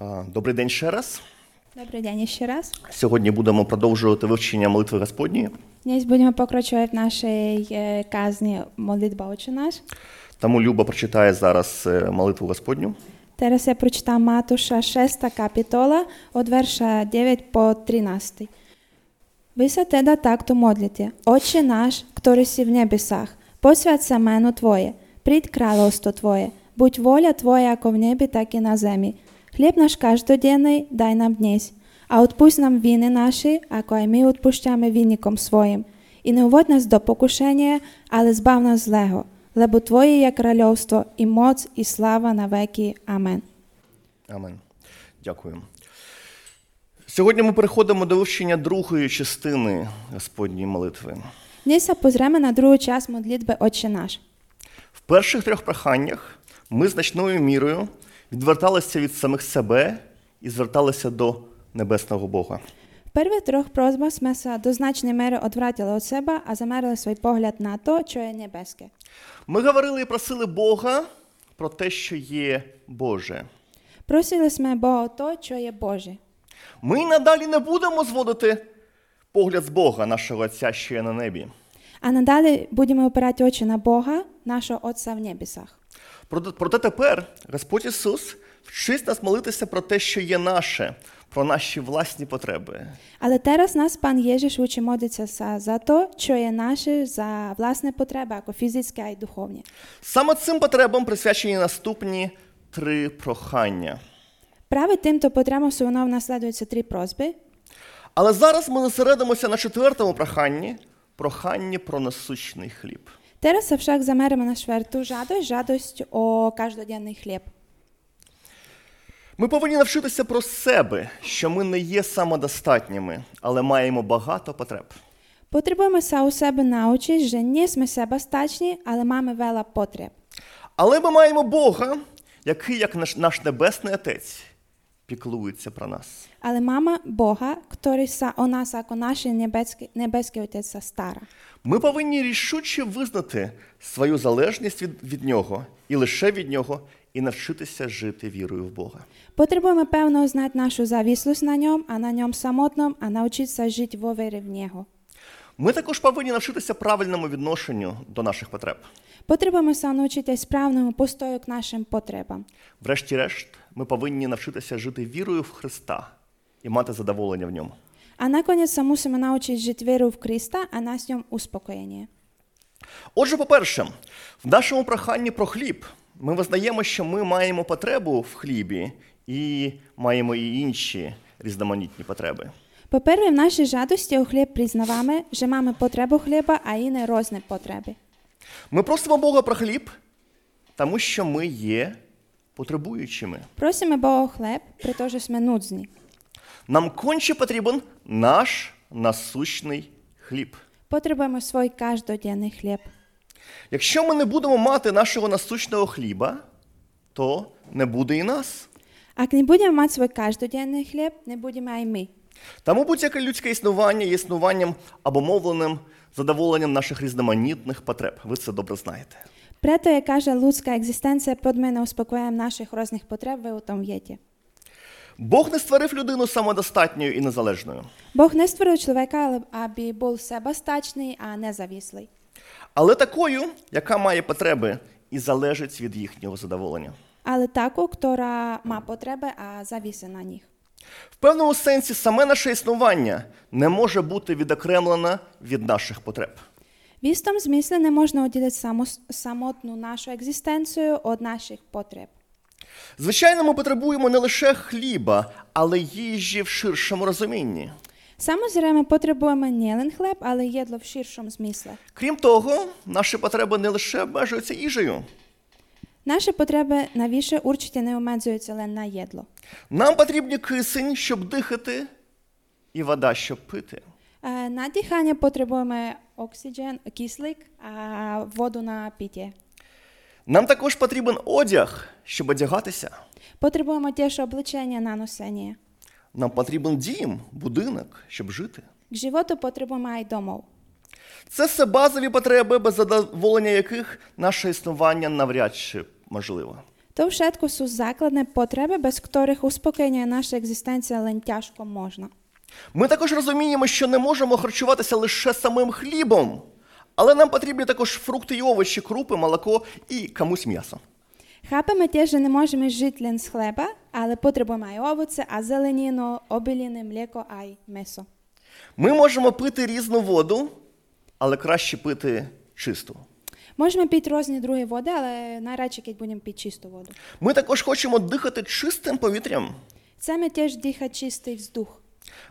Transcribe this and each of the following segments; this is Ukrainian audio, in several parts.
А, Добрий день ще раз. Добрый день еще раз. Сьогодні будемо продовжувати вивчення молитви Господньої. Днесь будем покрачивать в нашей э, казни молитва «Отче наш». Тому Люба прочитає зараз е, молитву Господню. Зараз я прочитам Матуша 6 капітола від верша 9 по 13. Ви се теда такто модлите. Отче наш, который си в небесах, посвятся мену Твоє, придь краловство Твоє, будь воля Твоя, ако в небі, так і на землі. Хліб наш каждоденний дай нам днесь, а отпусть нам вини наші, ако і ми отпущаме винником своїм. І не уводь нас до покушення, але збав нас злего, лебо Твоє є кральовство, і моць, і слава навеки. Амен. Амен. Дякую. Сьогодні ми переходимо до вивчення другої частини Господньої молитви. Днеся позремо на другу час модлітби Отче наш. В перших трьох проханнях ми значною мірою відверталися від самих себе і зверталися до небесного Бога. В первих трьох просьбах ми се до значної міри одвратили від себе, а замерили свій погляд на то, що є небеске. Ми говорили і просили Бога про те, що є Боже. Просили ми Бога о то, що є Боже. Ми й надалі не будемо зводити погляд з Бога, нашого Отця, що є на небі. А надалі будемо опирати очі на Бога, нашого Отця в небесах. Проте проте тепер Господь Ісус вчить нас молитися про те, що є наше, про наші власні потреби. Але зараз нас пан Єжиш учи молитися за, за то, що є наше за власне потреби, як фізичні, а й духовні. Саме цим потребам присвячені наступні три прохання. Праве тим, то потребам воно наслідуються три просьби. Але зараз ми зосередимося на четвертому проханні проханні про насущний хліб. Зараз се всяк замеримо на шверту жадость, жадость о каждоденний хліб. Ми повинні навчитися про себе, що ми не є самодостатніми, але маємо багато потреб. Потребуємо се у себе научити, що не ми себе стачні, але маємо вела потреб. Але ми маємо Бога, який, як наш, наш небесний отець, піклується про нас. Але мама Бога, який са о нас, ако наш небеський, небеський отець са стара. Ми повинні рішуче визнати свою залежність від, від нього і лише від нього, і навчитися жити вірою в Бога. Потребуємо певно знати нашу завіслость на ньому, а на ньому самотном, а навчитися жити во вірі в нього. Ми також повинні навчитися правильному відношенню до наших потреб. Потребуємо се навчитися справному постою к нашим потребам. Врешті-решт, ми повинні навчитися жити вірою в Христа і мати задоволення в ньому. А наконець се мусимо навчити жити віру в Христа, а на ньому успокоєння. Отже, по-перше, в нашому проханні про хліб ми визнаємо, що ми маємо потребу в хлібі і маємо і інші різноманітні потреби. По-перше, в нашій жадості у хліб признаваємо, що маємо потребу хліба, а і не розні потреби. Ми просимо Бога про хліб, тому що ми є потребуючими. Просимо Бога хліб, при тому, що ми нудзні. Нам конче потрібен наш насущний хліб. Потребуємо свій кожноденний хліб. Якщо ми не будемо мати нашого насущного хліба, то не буде і нас. Як не будемо мати свій кожноденний хліб, не будемо і ми. Тому будь-яке людське існування є існуванням обумовленим задоволенням наших різноманітних потреб. Ви це добре знаєте. Прето я каже людська екзистенція подмена успокоєм наших різних потреб, ви у тому вєті. Бог не створив людину самодостатньою і незалежною, Бог не створив чоловіка, аби був себестачний, а не завіслий. але такою, яка має потреби і залежить від їхнього задоволення. Але таку, яка має потреби, а завіси на них. В певному сенсі саме наше існування не може бути відокремлено від наших потреб. В істому зміслі не можна оділити само, самотну нашу екзистенцію від наших потреб. Звичайно, ми потребуємо не лише хліба, але їжі в ширшому розумінні. Самозремо потребуємо не лише хліб, але й їдло в ширшому зміслі. Крім того, наші потреби не лише обмежуються їжею. Наші потреби навіщо урчите не обмежуються лише на їдло. Нам потрібні кисень, щоб дихати, і вода, щоб пити. Е, На дихання потребуємо оксиген, кислик, а воду на піті. Нам також потрібен одяг, щоб одягатися. Потребуємо теж обличення на носення. Нам потрібен дім, будинок, щоб жити. К животу потребуємо і домов. Це все базові потреби, без задоволення яких наше існування навряд чи можливо. То všetko sú základné potreby, bez ktorých uspokojenie naša existencia len ťažko можна. Ми також розуміємо, що не можемо харчуватися лише самим хлібом, але нам потрібні також фрукти і овочі, крупи, молоко і комусь м'ясо. Chápeme tiež, že nemôžeme žiť len z chleba, ale potrebujeme aj ovoce a zeleninu, obiliny, mlieko aj meso. Ми можемо пити різну воду, але краще пити чисту. Можемо піти різні другі води, але найрадше, коли будемо пити чисту воду. Ми також хочемо дихати чистим повітрям. Chceme tiež dýchať čistý vzduch.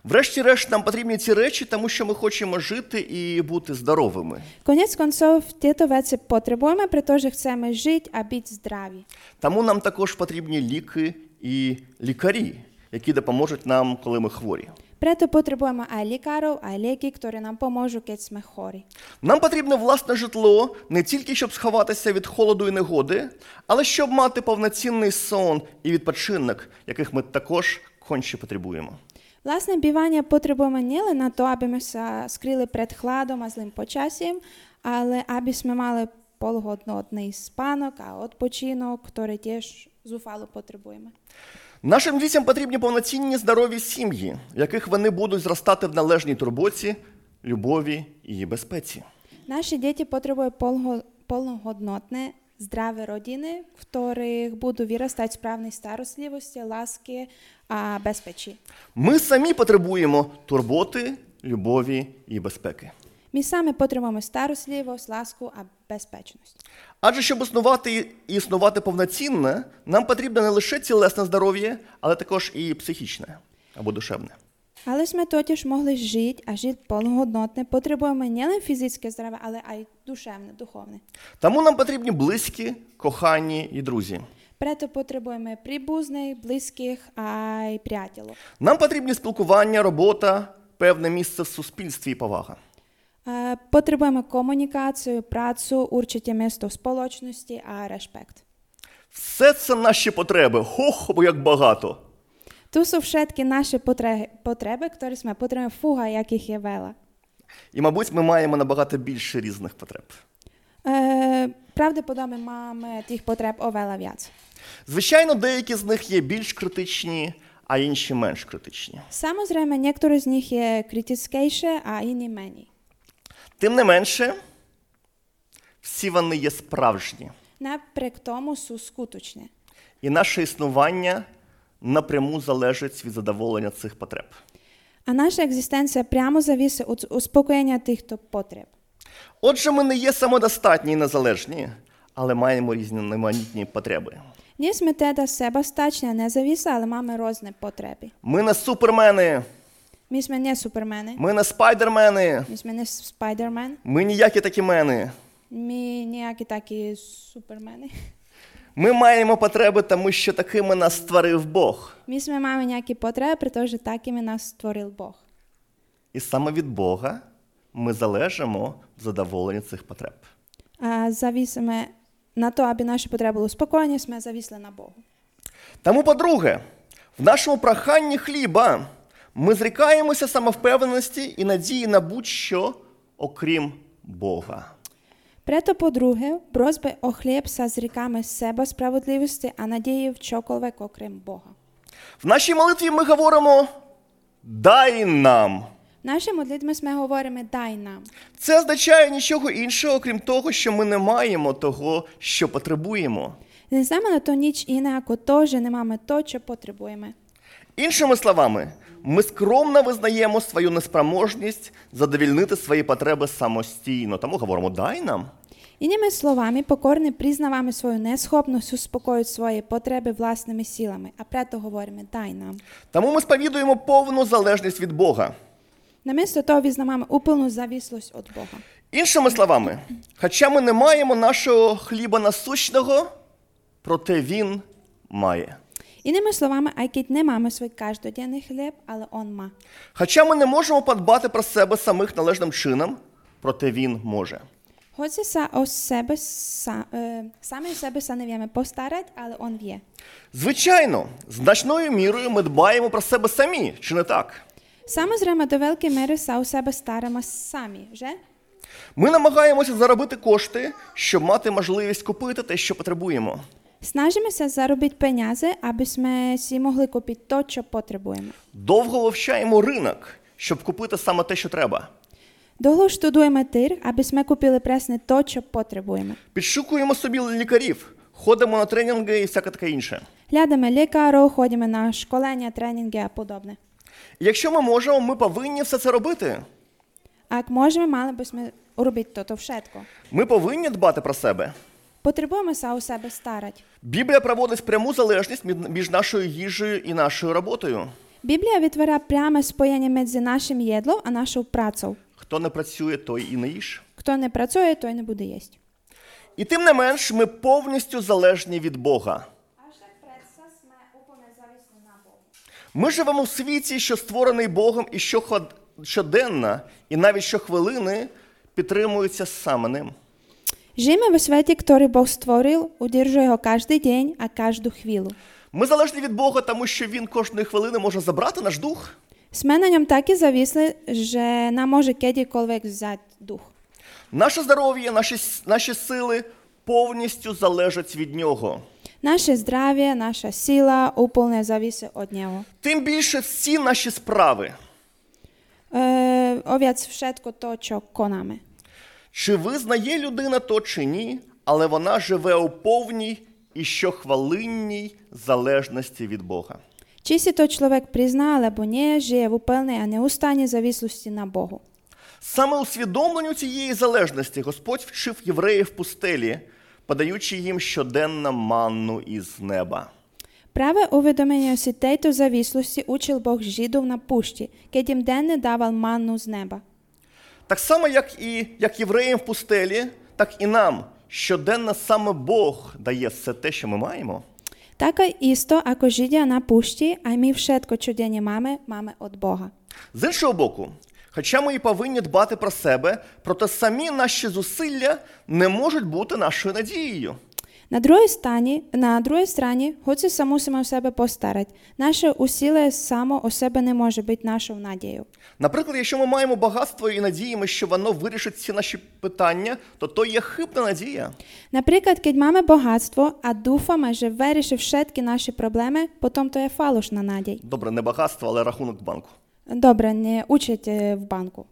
Врешті-решт, нам потрібні ці речі, тому що ми хочемо жити і бути здоровими. Konec koncov tieto veci potrebujeme, pretože chceme žiť a byť zdraví. Тому нам також потрібні ліки і лікарі, які допоможуть нам, коли ми хворі. Preto potrebujeme aj lekárov, aj lieky, ktoré nám pomôžu, keď sme chorí. Нам потрібне власне житло не тільки щоб сховатися від холоду і негоди, але щоб мати повноцінний сон і відпочинок, яких ми також конче потребуємо. Vlastné bývanie potrebujeme nielen na to, aby sme sa skryli pred chladom a zlým počasím, ale aby sme mali polhodnotný spánok a odpočinok, ktorý tiež zúfalo potrebujeme. Нашим дітям потрібні повноцінні здорові сім'ї, в яких вони будуть зростати в належній турботі, любові і безпеці. Naše deti potrebujú polho- plnohodnotné, zdravé rodiny, v ktorých budú vyrastať správnej starostlivosti, lásky a bezpečí. Ми самі потребуємо турботи, любові і безпеки. My sami potrebujeme starostlivosť, lásku a bezpečnosť. Адже щоб існувати і існувати повноцінно, нам потрібне не лише тілесне здоров'я, але також і психічне або душевне. Але ж ми тотіж могли жити, а жити повногоднотне потребуємо не лише фізичне здоров'я, але й душевне, духовне. Тому нам потрібні близькі, кохані і друзі. Прето потребуємо прибузних, близьких, а й приятелів. Нам потрібні спілкування, робота, певне місце в суспільстві і повага. Е, Потребуємо комунікацію, працю, урчите місто в сполочності, а респект. Все це наші потреби. Хох, бо як багато. Ту су všetky наші потреби, потреби, які ми потребуємо фуга, яких є вела. І, мабуть, ми маємо набагато більше різних потреб. Е, Правдеподобно, маємо тих потреб овела в'яць. Звичайно, деякі з них є більш критичні, а інші менш критичні. Samozrejme, niektoré z nich je kritickejšie a iní menej. Тим не менше, всі вони є справжні, Napriek tomu sú skutočné. і наше існування напряму залежить від задоволення цих потреб. A naša existencia priamo závisí od uspokojenia týchto potreb. Отже, ми не є самодостатні і незалежні, але маємо різні неманітні потреби. Nie sme teda sebastační a nezávislí, ale máme rôzne potreby. Ми не супермени, My sme nie supermeny, ми не спайдермени, my sme nie Spider-Man, ми ніякі такі мени. my nejakí takí supermeny. Ми маємо потреби, тому що такими нас створив Бог. My sme máme nejaké potreby, pretože takými nás stvoril Boh. І саме від Бога ми залежимо в задоволенні цих потреб. A závisíme na to, aby naše potreby boli spokojné, sme závislí na Bohu. Тому, по-друге, в нашому проханні хліба ми зрікаємося самовпевненості і надії на будь-що, окрім Бога. Preto po druhé, v prosbe o chlieb sa zriekame seba spravodlivosti a nadeji v čokoľvek okrem Boha. В нашій молитві ми говоримо Дай нам. V našej modlitbe sme hovoríme daj nám. Це означає нічого іншого, крім того, що ми не маємо того, що потребуємо. Neznamená to nič iné ako to, že nemáme to, čo potrebujeme. Іншими словами, ми скромно визнаємо свою неспроможність задовільнити свої потреби самостійно. Тому говоримо Дай нам. Inými slovami, pokorne priznávame svoju neschopnosť uspokojiť svoje potreby vlastnými silami a preto hovoríme daj nám. Тому ми сповідуємо повну залежність від Бога. Namiesto toho vyznávame úplnú závislosť od Boha. Іншими словами, хоча ми не маємо нашого хліба насущного, проте він має. Inými slovami, aj keď nemáme svoj každodenný chlieb, ale on má. Хоча ми не можемо подбати про себе самих належним чином, проте він може. Hoci sa o sebe, sa, e, sami o sebe sa nevieme postarať, ale on vie. Звичайно, значною мірою ми дбаємо про себе самі, чи не так? Samozrejme, do veľkej miery sa o sebe staráme sami, že? Ми намагаємося заробити кошти, щоб мати можливість купити те, що потребуємо. Snažíme sa zarobiť peniaze, aby sme si mohli kúpiť to, čo potrebujeme. Довго вивчаємо ринок, щоб купити саме те, що треба. Dlho študujeme trh, aby sme kúpili presne to, čo potrebujeme. Підшукуємо собі лікарів, ходимо на тренінги і всяке таке інше. Hľadáme lekárov, chodíme na školenia, tréningy a podobne. І Якщо ми можемо, ми повинні все це робити. Ak môžeme, mali by sme urobiť toto všetko. Ми повинні дбати про себе. Potrebujeme sa o sebe starať. Біблія проводить пряму залежність мід- між нашою їжею і нашою роботою. Біблія витворяє пряме споєння між нашим їдлом а нашою працею. Хто не працює, той і не їж. Хто не працює, той не буде їсти. І тим не менш, ми повністю залежні від Бога. Ми живемо в світі, що створений Богом і що ход- щоденно, і навіть щохвилини підтримується саме ним. Žijeme vo svete, ktorý Boh stvoril, udržuje ho každý deň a každú chvíľu. Ми залежні від Бога, тому що Він кожної хвилини може забрати наш дух. Sme na ňom takí zavisli, že nám môže kedykoľvek vzať duch. Наше здоров'я, наші, с- наші сили повністю залежать від нього. Naše zdravie, naša sila úplne závisí od Neho. Тим більше всі наші справи. E, oviac všetko to, čo konáme. Чи визнає людина то чи ні, але вона живе у повній і щохвилинній залежності від Бога. Či si to človek prizná alebo nie, žije v úplnej a neustane závislosti na Bohu. Саме усвідомленню цієї залежності Господь вчив євреїв в пустелі, подаючи їм щоденно манну із неба. Práve uvedomenie si tejto závislosti učil Boh Židov na púšti, keď im denne dával mannu z neba. Так само, як і як євреям в пустелі, так і нам щоденно саме Бог дає все те, що ми маємо. Také isto ako Židia na púšti, aj my všetko, čo denne máme, máme od Boha. З іншого боку, хоча ми і повинні дбати про себе, проте самі наші зусилля не можуть бути нашою надією. На другій, стані, на другій стороні, хоч і се мусимо в себе постарати, наше усіле само о себе не може бути нашою надією. Наприклад, якщо ми маємо багатство і надіємо, що воно вирішить всі наші питання, то то є хибна надія. Наприклад, коли маємо багатство, а дуфаме, що вирішив všetky наші проблеми, потім то є фалошна надій. Добре, не багатство, але рахунок в банку. Добре, не учать е, в банку.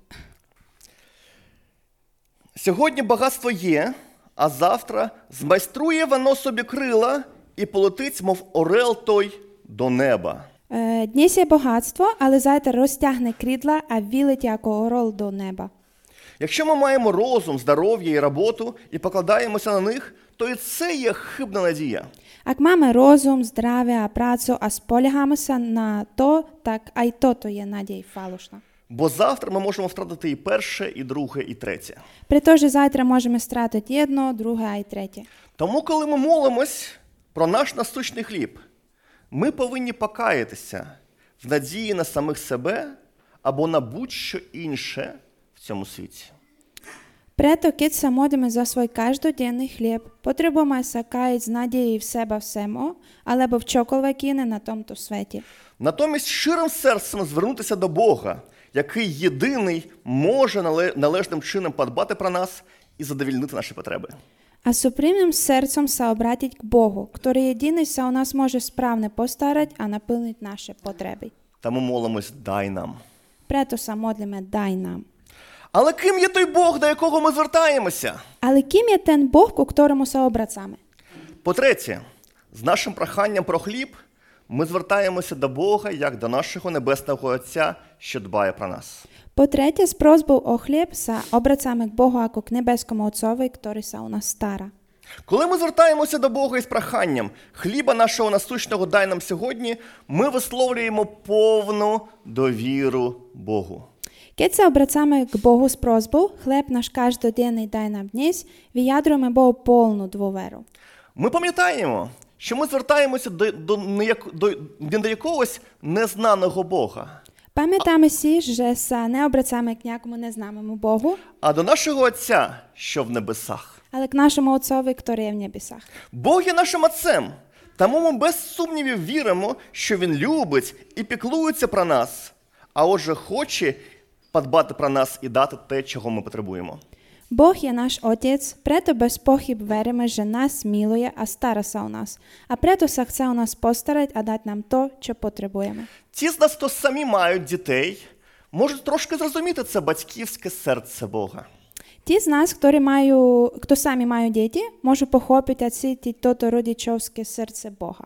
Сьогодні багатство є, а завтра змайструє воно собі крила і полетить, мов орел той до неба. Е, Дніс є багатство, але зайтра розтягне крідла, а вілить як орол до неба. Якщо ми маємо розум, здоров'я і роботу і покладаємося на них, то і це є хибна надія. Ак маємо розум, здрав'я, працю, а сполягаємося на то, так а й то, то є надій фалошна. Бо завтра ми можемо втратити і перше, і друге, і третє. Притоже завтра можемо стратити єдно, друге, а й третє. Тому, коли ми молимось про наш насущний хліб, ми повинні покаятися в надії на самих себе або на будь-що інше в цьому світі. Прето кит се молимо за свій каждоденний хліб. Потребуємо се каїть з надією в себе всемо, або в чоколве кине на тому світі. Натомість щирим серцем звернутися до Бога, який єдиний може нале- належним чином подбати про нас і задовільнити наші потреби. А супрімним серцем се обратить к Богу, який єдиний се у нас може справне постарать, а наповнить наші потреби. Тому молимось, дай нам. Прето се молимо дай нам. Але ким є той Бог, до якого ми звертаємося? Але ким є тен Бог, у которому се обрацаме? По-третє, з нашим проханням про хліб ми звертаємося до Бога як до нашого небесного Отця, що дбає про нас. По-третє, з просьбою о хліб се обрацаме к Богу, ако к небескому Отцові, який се у нас стара. Коли ми звертаємося до Бога із проханням хліба нашого насущного дай нам сьогодні, ми висловлюємо повну довіру Богу. Keď sa obracame k Bohu s prosbou, chléb náš každodenný daj nám dnes, vyjadrujeme Bohu polnú dôveru. Ми пам'ятаємо, що ми звертаємося до, до, неяк- до, не до якогось незнаного Бога, Pamätáme si, že sa neobracame k nejakomu neznámemu Bohu, а до нашого Отця, що в небесах. ale k našemu Otcovi, ktorý je v nebesách. Бог є нашим отцем, тому ми без сумнівів віримо, що Він любить і піклується про нас, а отже, хоче подбати про нас і дати те, чого ми потребуємо. Бог є наш Отець, прето без похиб веримо, що нас милує, а староса у нас, а прето са хце у нас постарать, а дать нам то, що потребуємо. Ті з нас, хто самі мають дітей, можуть трошки зрозуміти це батьківське серце Бога. Ті з нас, хто маю, хто самі мають діти, можуть похопити ці ті тото родичовське серце Бога.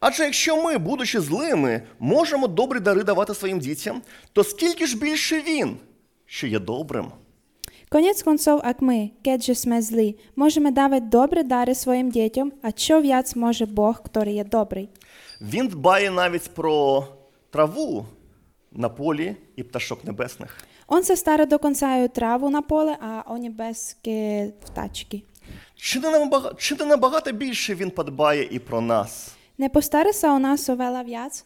Адже якщо ми, будучи злими, можемо добрі дари давати своїм дітям, то скільки ж більше він, що є добрим? Конець концов, як ми, кедже сме злі, можемо давати добрі дари своїм дітям, а що в'яць може Бог, який є добрий. Він дбає навіть про траву на полі і пташок небесних. Он се стара до конца і траву на поле, а о небескі втачки. Чи не набагато, чи не набагато більше він подбає і про нас? Не постарися у нас овела в'яць?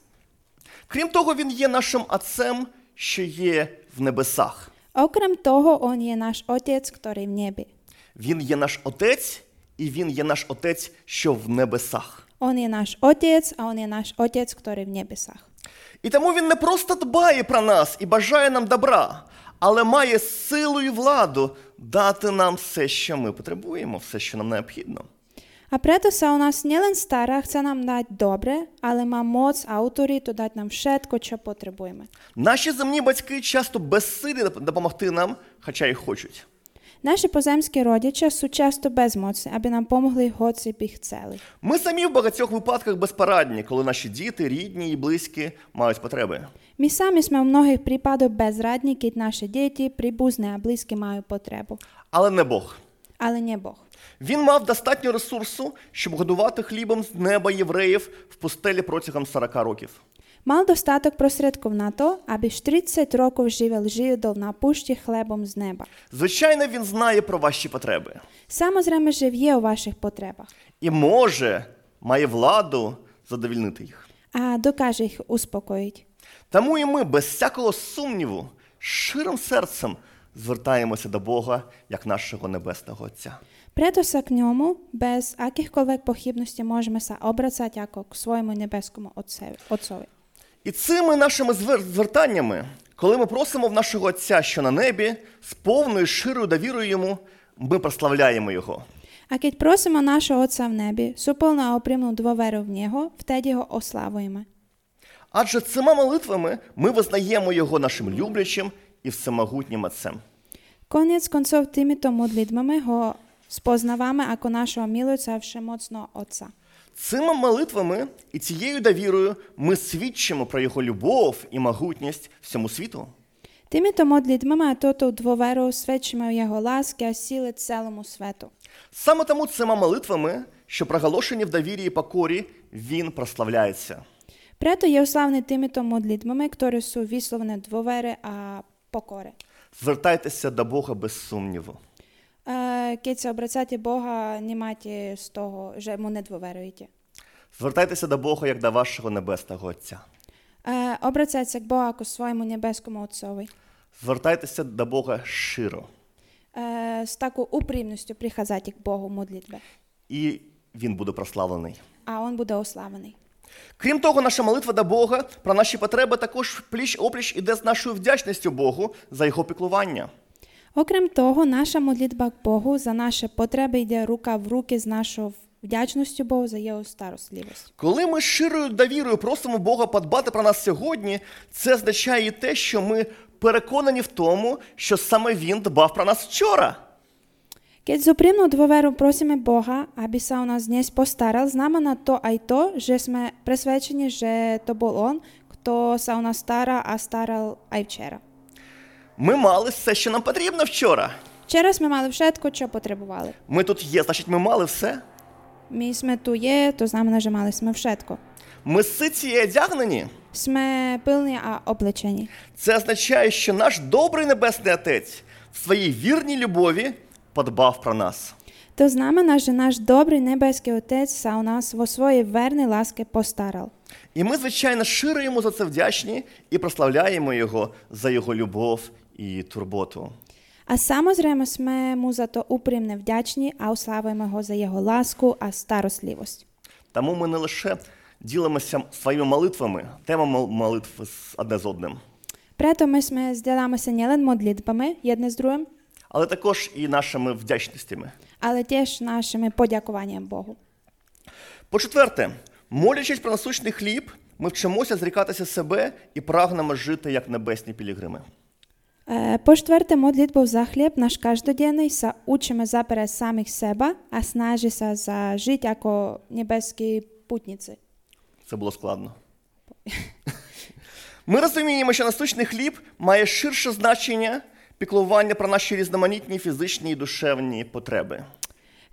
Крім того, він є нашим отцем, що є в небесах. Окрім того, он є наш Отець, який в небі. Він є наш отець, і він є наш отець, що в небесах. Он є наш Отець, а он є наш Отець, який в небесах. І тому він не просто дбає про нас і бажає нам добра, але має силу і владу дати нам все, що ми потребуємо, все, що нам необхідно. А прето са у нас не лен стара, хце нам дати добре, але ма моц, авториту дати нам шетко, що потребуємо. Наші земні батьки часто безсилі доп- допомогти нам, хоча й хочуть. Наші поземські родичі су часто без моці, аби нам помогли гоці біг цели. Ми самі в багатьох випадках безпорадні, коли наші діти, рідні і близькі мають потреби. Ми самі сме у многих припадок безрадні, кіт наші діти, прибузні, а близькі мають потребу. Але не Бог. Але не Бог. Він мав достатньо ресурсу, щоб годувати хлібом з неба євреїв в пустелі протягом 40 років. Мав достаток просредків на то, аби ж 30 років живе жидов на пущі хлебом з неба. Звичайно, він знає про ваші потреби Самозремо жив є у ваших потребах, і може, має владу задовільнити їх. а докаже їх успокоїть. Тому і ми без всякого сумніву, ширим серцем звертаємося до Бога як нашого небесного Отця. Прето са к ньому без якихколвек похибності можемо са обрацати яко к своєму небескому отцеві, отцові. І цими нашими звер- звертаннями, коли ми просимо в нашого Отця, що на небі, з повною широю довірою йому, ми прославляємо Його. А кіть просимо нашого Отця в небі, суповно опрямну двоверу в нього, втеді його ославуємо. Адже цими молитвами ми визнаємо Його нашим люблячим і всемогутнім Отцем. Конець концов тими то модлідмами го спознаваме, ако нашого мілуюця всемоцного Отця. Цими молитвами і цією довірою ми свідчимо про Його любов і могутність всьому світу. Тими то модлідмами, а тото двоверу свідчимо його ласки, а сіли цілому свету. Саме тому цими молитвами, що проголошені в довірі і покорі, він прославляється. Прето є уславний тими то модлідмами, які су висловне двовери, а покори. Звертайтеся до Бога без сумніву. Е, Киця, обрацяти Бога не маєте з того, що йому не двоверуєте. Звертайтеся до Бога як до вашого небесного Отця. Е, Обрацяться к Богу, к своєму небескому Отцові. Звертайтеся до Бога широ, Е, З такою упрівністю приходити к Богу в молитві, і він буде прославлений. а Он буде ославлений. Крім того, наша молитва до Бога про наші потреби також пліч опліч іде з нашою вдячністю Богу за його піклування. Окрім того, наша молитва к Богу за наші потреби йде рука в руки з нашою вдячністю Богу за його старослівість. Коли ми широю довірою просимо Бога подбати про нас сьогодні, це означає і те, що ми переконані в тому, що саме Він дбав про нас вчора. Keď зупрімну двоверу просимо Бога, аби са у нас днес постарал, знамо на то ай то, що сме присвячені, що то був Он, хто са у нас стара, а старал ай вчера. Ми мали все, що нам потрібно вчора. Вчора ми мали вшетко, що потребували. Ми тут є, значить, ми мали все. Ми сме ту є, то знамено, що мали сме вшетко. Ми ситі і одягнені. Сме пильні, а облечені. Це означає, що наш добрий небесний отець в своїй вірній любові подбав про нас. То знамена, що наш добрий небеський Отець са у нас во своїй верній ласки постарал. І ми, звичайно, широ йому за це вдячні і прославляємо його за його любов і турботу. А самозремо сме му за то упрімне вдячні, а уславимо його за його ласку, а старослівость. Тому ми не лише ділимося своїми молитвами, тема мол- молитв з одне з одним, Прето ми сме зділимося не лен модлітбами, єдне з другим, але також і нашими вдячностями. але теж нашими подякуванням Богу. По-четверте, молячись про насущний хліб, ми вчимося зрікатися себе і прагнемо жити як небесні пілігрими. Е, По-четверте, молитву за хліб наш каждоденний са учимо заперед самих себе, а снажися за життя як небескі путниці. Це було складно. Ми розуміємо, що насущний хліб має ширше значення піклування про наші різноманітні фізичні і душевні потреби.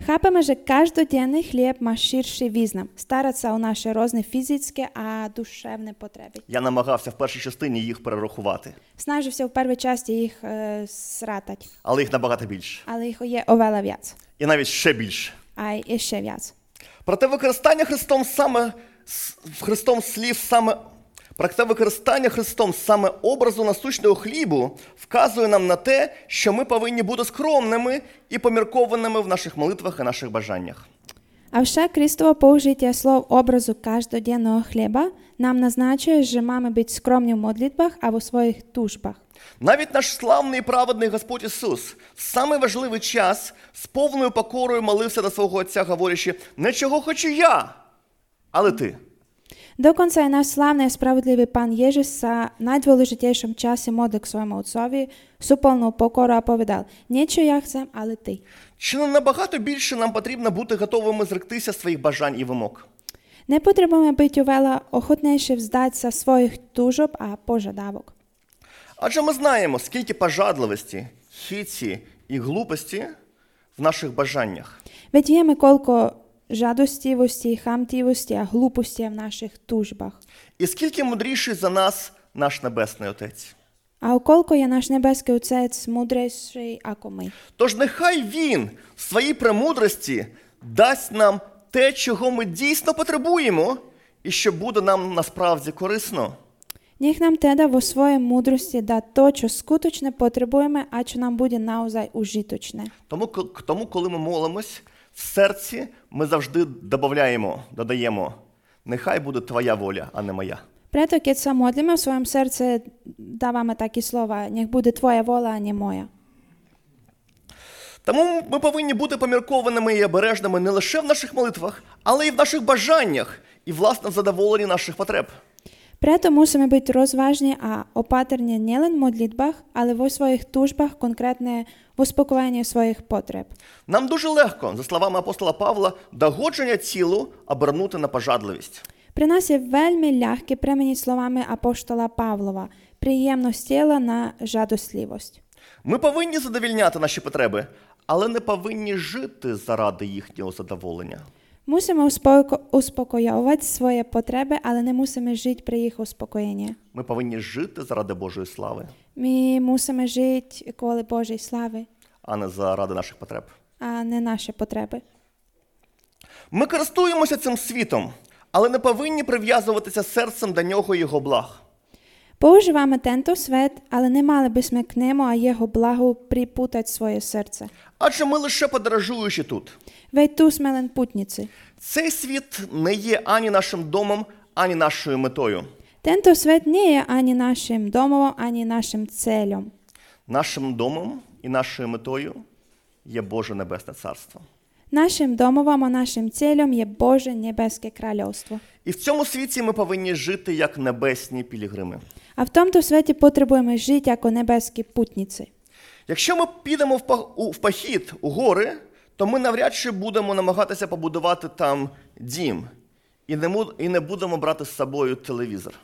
Хапаємо, що каждоденний хліб має ширший візнам, стараться у наші різні фізичні а душевні потреби. Я намагався в першій частині їх перерахувати, Снажився в першій часті їх е, сратати, але їх набагато більше. але їх є овела в'яць, І навіть ще більше. а й ще в'яць. Проте використання Христом саме с- Христом слів саме проте використання Христом саме образу насущного хлібу вказує нам на те, що ми повинні бути скромними і поміркованими в наших молитвах і наших бажаннях. А ще Крістово пожиття слов образу каждоденного хліба нам назначує, що маємо бути скромні в молитвах або в своїх тужбах. Навіть наш славний і праведний Господь Ісус в самий важливий час з повною покорою молився до свого Отця, говорячи: не чого хочу я, але ти. До конца і наш славний і справедливий пан Єжис са найдволожитейшим часі модик своєму отцові суполну покору оповідав «Не що я хцем, але ти». Чи не набагато більше нам потрібно бути готовими зректися своїх бажань і вимог? Не потребуємо бути увела охотніше вздатися своїх тужоб, а пожадавок. Адже ми знаємо, скільки пожадливості, хиті і глупості в наших бажаннях. Ведь віємо, колко жадостівості, хамтівості, а глупості в наших тужбах. І скільки мудріший за нас наш Небесний Отець. А околко є наш небеський Отець мудріший, ако ми. Тож нехай Він в своїй премудрості дасть нам те, чого ми дійсно потребуємо, і що буде нам насправді корисно. Ніх нам теда во своїй мудрості да то, що скуточне потребуємо, а що нам буде наузай ужиточне. Тому, к- тому коли ми молимось, в серці ми завжди додаємо, додаємо. Нехай буде твоя воля, а не моя. Прето, кет са модлиме, в своєму серці даваме такі слова, «Нех буде твоя воля, а не моя». Тому ми повинні бути поміркованими і обережними не лише в наших молитвах, але й в наших бажаннях і, власне, в задоволенні наших потреб. Прето мусимо бути розважні, а опатерні не лен в модлітбах, але во своїх тужбах, конкретне в успокоєнні своїх потреб. Нам дуже легко, за словами апостола Павла, догодження тілу обернути на пожадливість. При нас є вельми лягкі премені словами апостола Павлова «приємність тіла на жадослівость». Ми повинні задовільняти наші потреби, але не повинні жити заради їхнього задоволення. Мусимо успоко- успокоювати свої потреби, але не мусимо жити при їх успокоєнні. Ми повинні жити заради Божої слави, Ми мусимо жити коли Божої слави, а не заради наших потреб. а не наші потреби. Ми користуємося цим світом, але не повинні прив'язуватися серцем до нього і його благ. Používame tento svet, ale nemali by sme k nemu a jeho blahu pripútať svoje srdce. Адже ми лише подорожуючи тут. Veď tu sme len putnici. Цей світ не є ані нашим домом, ані нашою метою. Tento svet nie je ani našim domovom, ani našim cieľom. Нашим домом і нашою метою є Боже Небесне Царство. Našim domovom a našim cieľom je Bože nebeské kráľovstvo. І в цьому світі ми повинні жити як небесні пілігрими. A v tomto svete potrebujeme žiť ako nebeskí putnici. Якщо ми підемо в па- у- в похід у гори, то ми навряд чи будемо намагатися побудувати там дім і не, му- і не будемо брати з собою телевізор.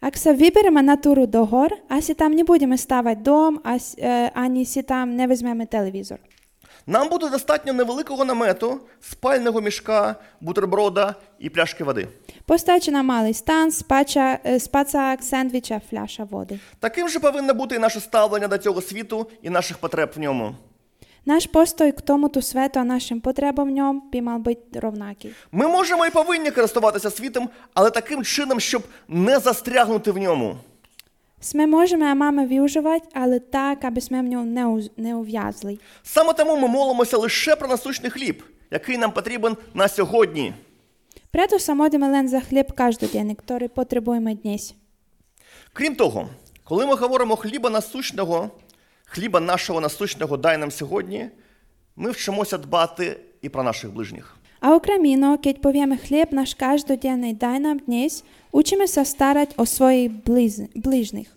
Ak sa vybereme na túru do hor, asi tam nebudeme stávať dom, asi, e, ani si tam nevezmeme televízor. Нам буде достатньо невеликого намету, спального мішка, бутерброда і пляшки води. Postačí nám malý stan, spača, e, spacák, sendvič a fľaša vody. Таким же повинно бути і наше ставлення до цього світу і наших потреб в ньому. Наш постoj k tomuto svetu a našim potrebom v ňom by mal byť rovnaký. Ми можемо і повинні користуватися світом, але таким чином, щоб не застрягнути в ньому. Sme môžeme a máme využívať, ale tak, aby sme v ňom neu- neuviazli. Саме тому ми молимося лише про насущний хліб, який нам потрібен на сьогодні. Preto sa modlíme len za chlieb každodenný, ktorý potrebujeme dnes. Крім того, коли ми говоримо хліба насущного, хліба нашого насущного дай нам сьогодні, ми вчимося дбати і про наших ближніх. А окреміно, keď povieme chlieb náš každodenný daj nám dnes, učíme sa starať o svojich blíz- blížnych.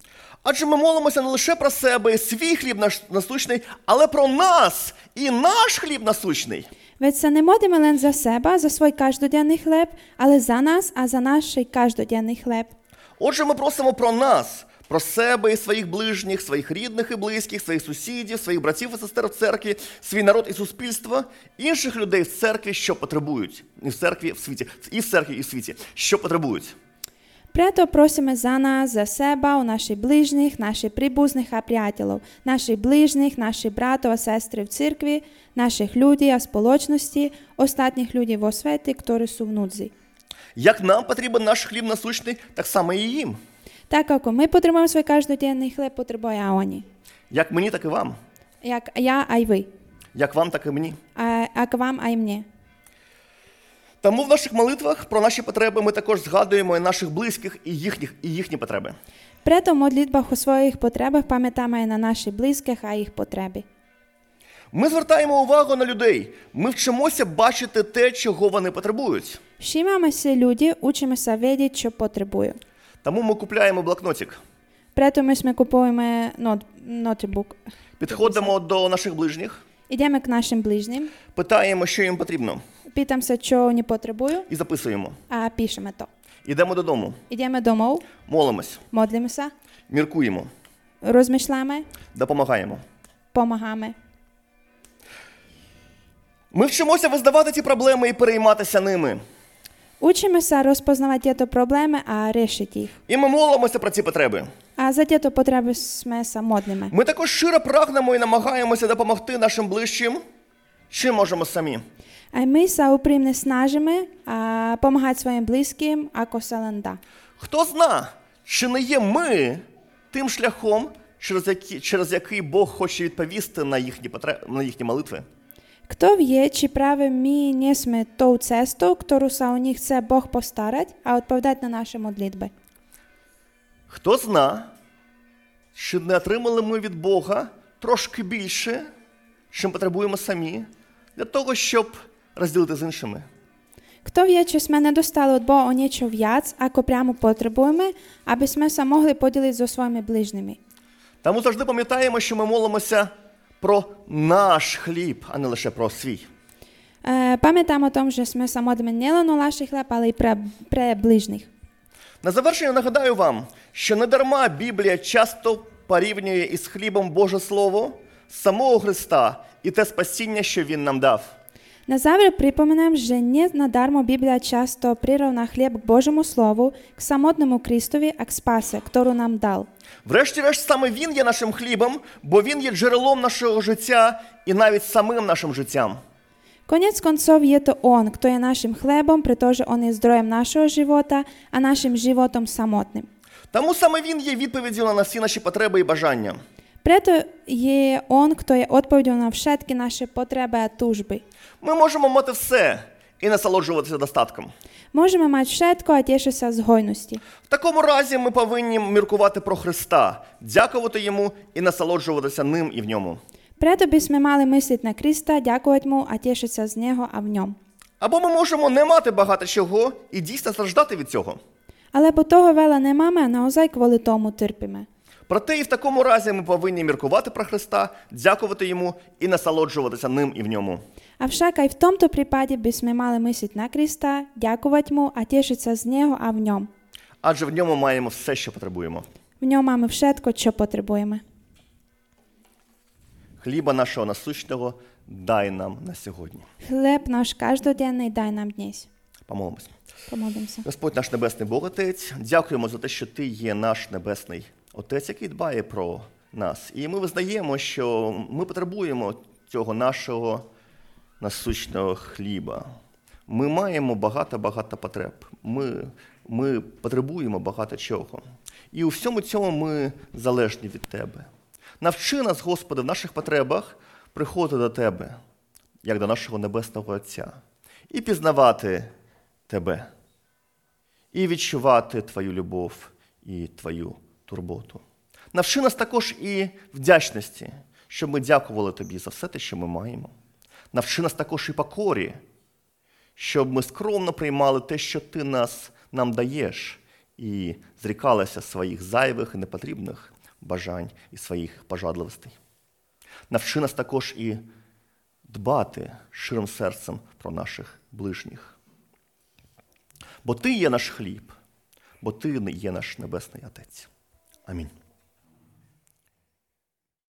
Адже ми молимося не лише про себе і свій хліб наш насущний, але про нас і наш хліб насущний. Veď sa nemodlíme len za seba, za svoj každodenný chlieb, ale za nás a za náš každodenný chlieb. Отже, ми просимо про нас, про себе і своїх ближніх, своїх рідних і близьких, своїх сусідів, своїх братів і сестер в церкві, свій народ і суспільство, інших людей в церкві, що потребують, і в церкві, в світі, і в церкві, і в світі, що потребують. Preto prosíme za nás, za seba, u našich blížnych, našich príbuzných a priateľov, našich blížnych, našich bratov a sestry v cirkvi, našich ľudí a spoločnosti, ostatných ľudí vo svete, ktorí sú v núdzi. Як нам потрібен наш хліб насущний, так само і їм. Tak ako my potrebujeme svoj každodenný chlieb, potrebujú aj oni. Як мені, так і вам. Jak ja aj vy. Як вам, так і мені. A, a k vám aj mne. Тому в наших молитвах про наші потреби ми також згадуємо і наших близьких і їхніх і їхні потреби. Preto v modlitbách o svojich potrebách pamätáme aj na našich blízkych a ich potreby. Ми звертаємо увагу на людей. Ми вчимося бачити те, чого вони потребують. Všímame si ľudí, učíme sa vedieť, čo potrebujú. Тому ми купляємо блокнотик, Preto my sme kupujeme not, notebook. підходимо до наших ближніх, Ideme k našim blížnym, питаємо, що їм потрібно, pýtam sa, čo oni potrebujú і записуємо. a píšeme to. Ідемо додому, Ideme domov, молимось, modlíme sa, міркуємо, rozmýšľame, допомагаємо. pomáhame. Ми вчимося визнавати ці проблеми і перейматися ними. Učíme sa rozpoznávať tieto problémy a riešiť ich. І ми молимося про ці потреби. A za tieto potreby sme sa modlíme. Ми також щиро прагнемо і намагаємося допомогти нашим ближчим, чим можемо самі. Aj my sa úprimne snažíme a pomáhať svojim blízkym, ako sa len dá. Хто зна, чи не є ми тим шляхом, через який, через який Бог хоче відповісти на їхні, потре- на їхні молитви? Kto vie, či práve my nie sme tou cestou, ktorú sa o nich chce Boh postarať a odpovedať na naše modlitby. Хто зна, чи не отримали ми від Бога трошки більше, чим потребуємо самі, для того, щоб розділити з іншими? Kto vie, či sme nedostali od Boha o niečo viac, ako priamo potrebujeme, aby sme sa mohli podeliť so svojimi E, bližnými. Тому завжди пам'ятаємо, що ми молимося про наш хліб, а не лише про свій. E, pamätám o tom, že sme sa modlíme nielen o našich chleb, ale i pre, pre bližných. На завершення нагадаю вам, що не дарма Біблія часто порівнює із хлібом Боже Слово, самого Христа і те спасіння, що Він нам дав. На záver припоминаем, že ненадарmo Библия часто приравна хлеб к Божьему Слову, к самотному Крістові, а к спасе, ktorú нам дал. Врешті-решт, саме Він є нашим хлібом, бо Він є джерелом нашого життя і навіть самим нашим життям. Конец концов є то Он, хто є нашим хлебом, притоже Он є здоров'ям нашого живота, а нашим животом самотним. Тому саме Він є відповіддю на всі наші потреби і бажання. Прето є Он, хто є відповіддю на всі наші потреби та тужби. Ми можемо мати все і насолоджуватися достатком. Можемо мати všetko а тішитися з гойності. В такому разі ми повинні міркувати про Христа, дякувати Йому і насолоджуватися ним і в ньому. Прето би ми мали мислити на Христа, дякувати Му, а тішитися з Нього, а в Ньому. Або ми можемо не мати багато чого і дійсно страждати від цього. Але бо того вела не маме, а наозай кволи тому терпіме. Проте і в такому разі ми повинні міркувати про Христа, дякувати йому і насолоджуватися ним і в ньому. А всяк і в тому припаді би ми мали мислити на Христа, дякувати Му, а тішитися з Нього, а в Ньому. Адже в ньому маємо все, що потребуємо. В Ньому маємо všetko, що потребуємо. Хліба нашого насущного дай нам на сьогодні. Хлеб наш каждоденний дай нам днесь. Помолимось. Помолимося. Господь наш Небесний Бог Отець, дякуємо за те, що Ти є наш Небесний Отець, який дбає про нас. І ми визнаємо, що ми потребуємо цього нашого насущного хліба. Ми маємо багато-багато потреб. Ми, ми потребуємо багато чого. І у всьому цьому ми залежні від Тебе. Навчи нас, Господи, в наших потребах приходити до Тебе, як до нашого Небесного Отця, і пізнавати Тебе і відчувати твою любов і твою турботу. Навчи нас також і вдячності, щоб ми дякували тобі за все те, що ми маємо. Навчи нас також і покорі, щоб ми скромно приймали те, що ти нас нам даєш, і зрікалися своїх зайвих і непотрібних бажань і своїх пожадливостей. Навчи нас також і дбати ширим серцем про наших ближніх. Бо ти є наш хліб, бо ти є наш небесний Отець. Амінь.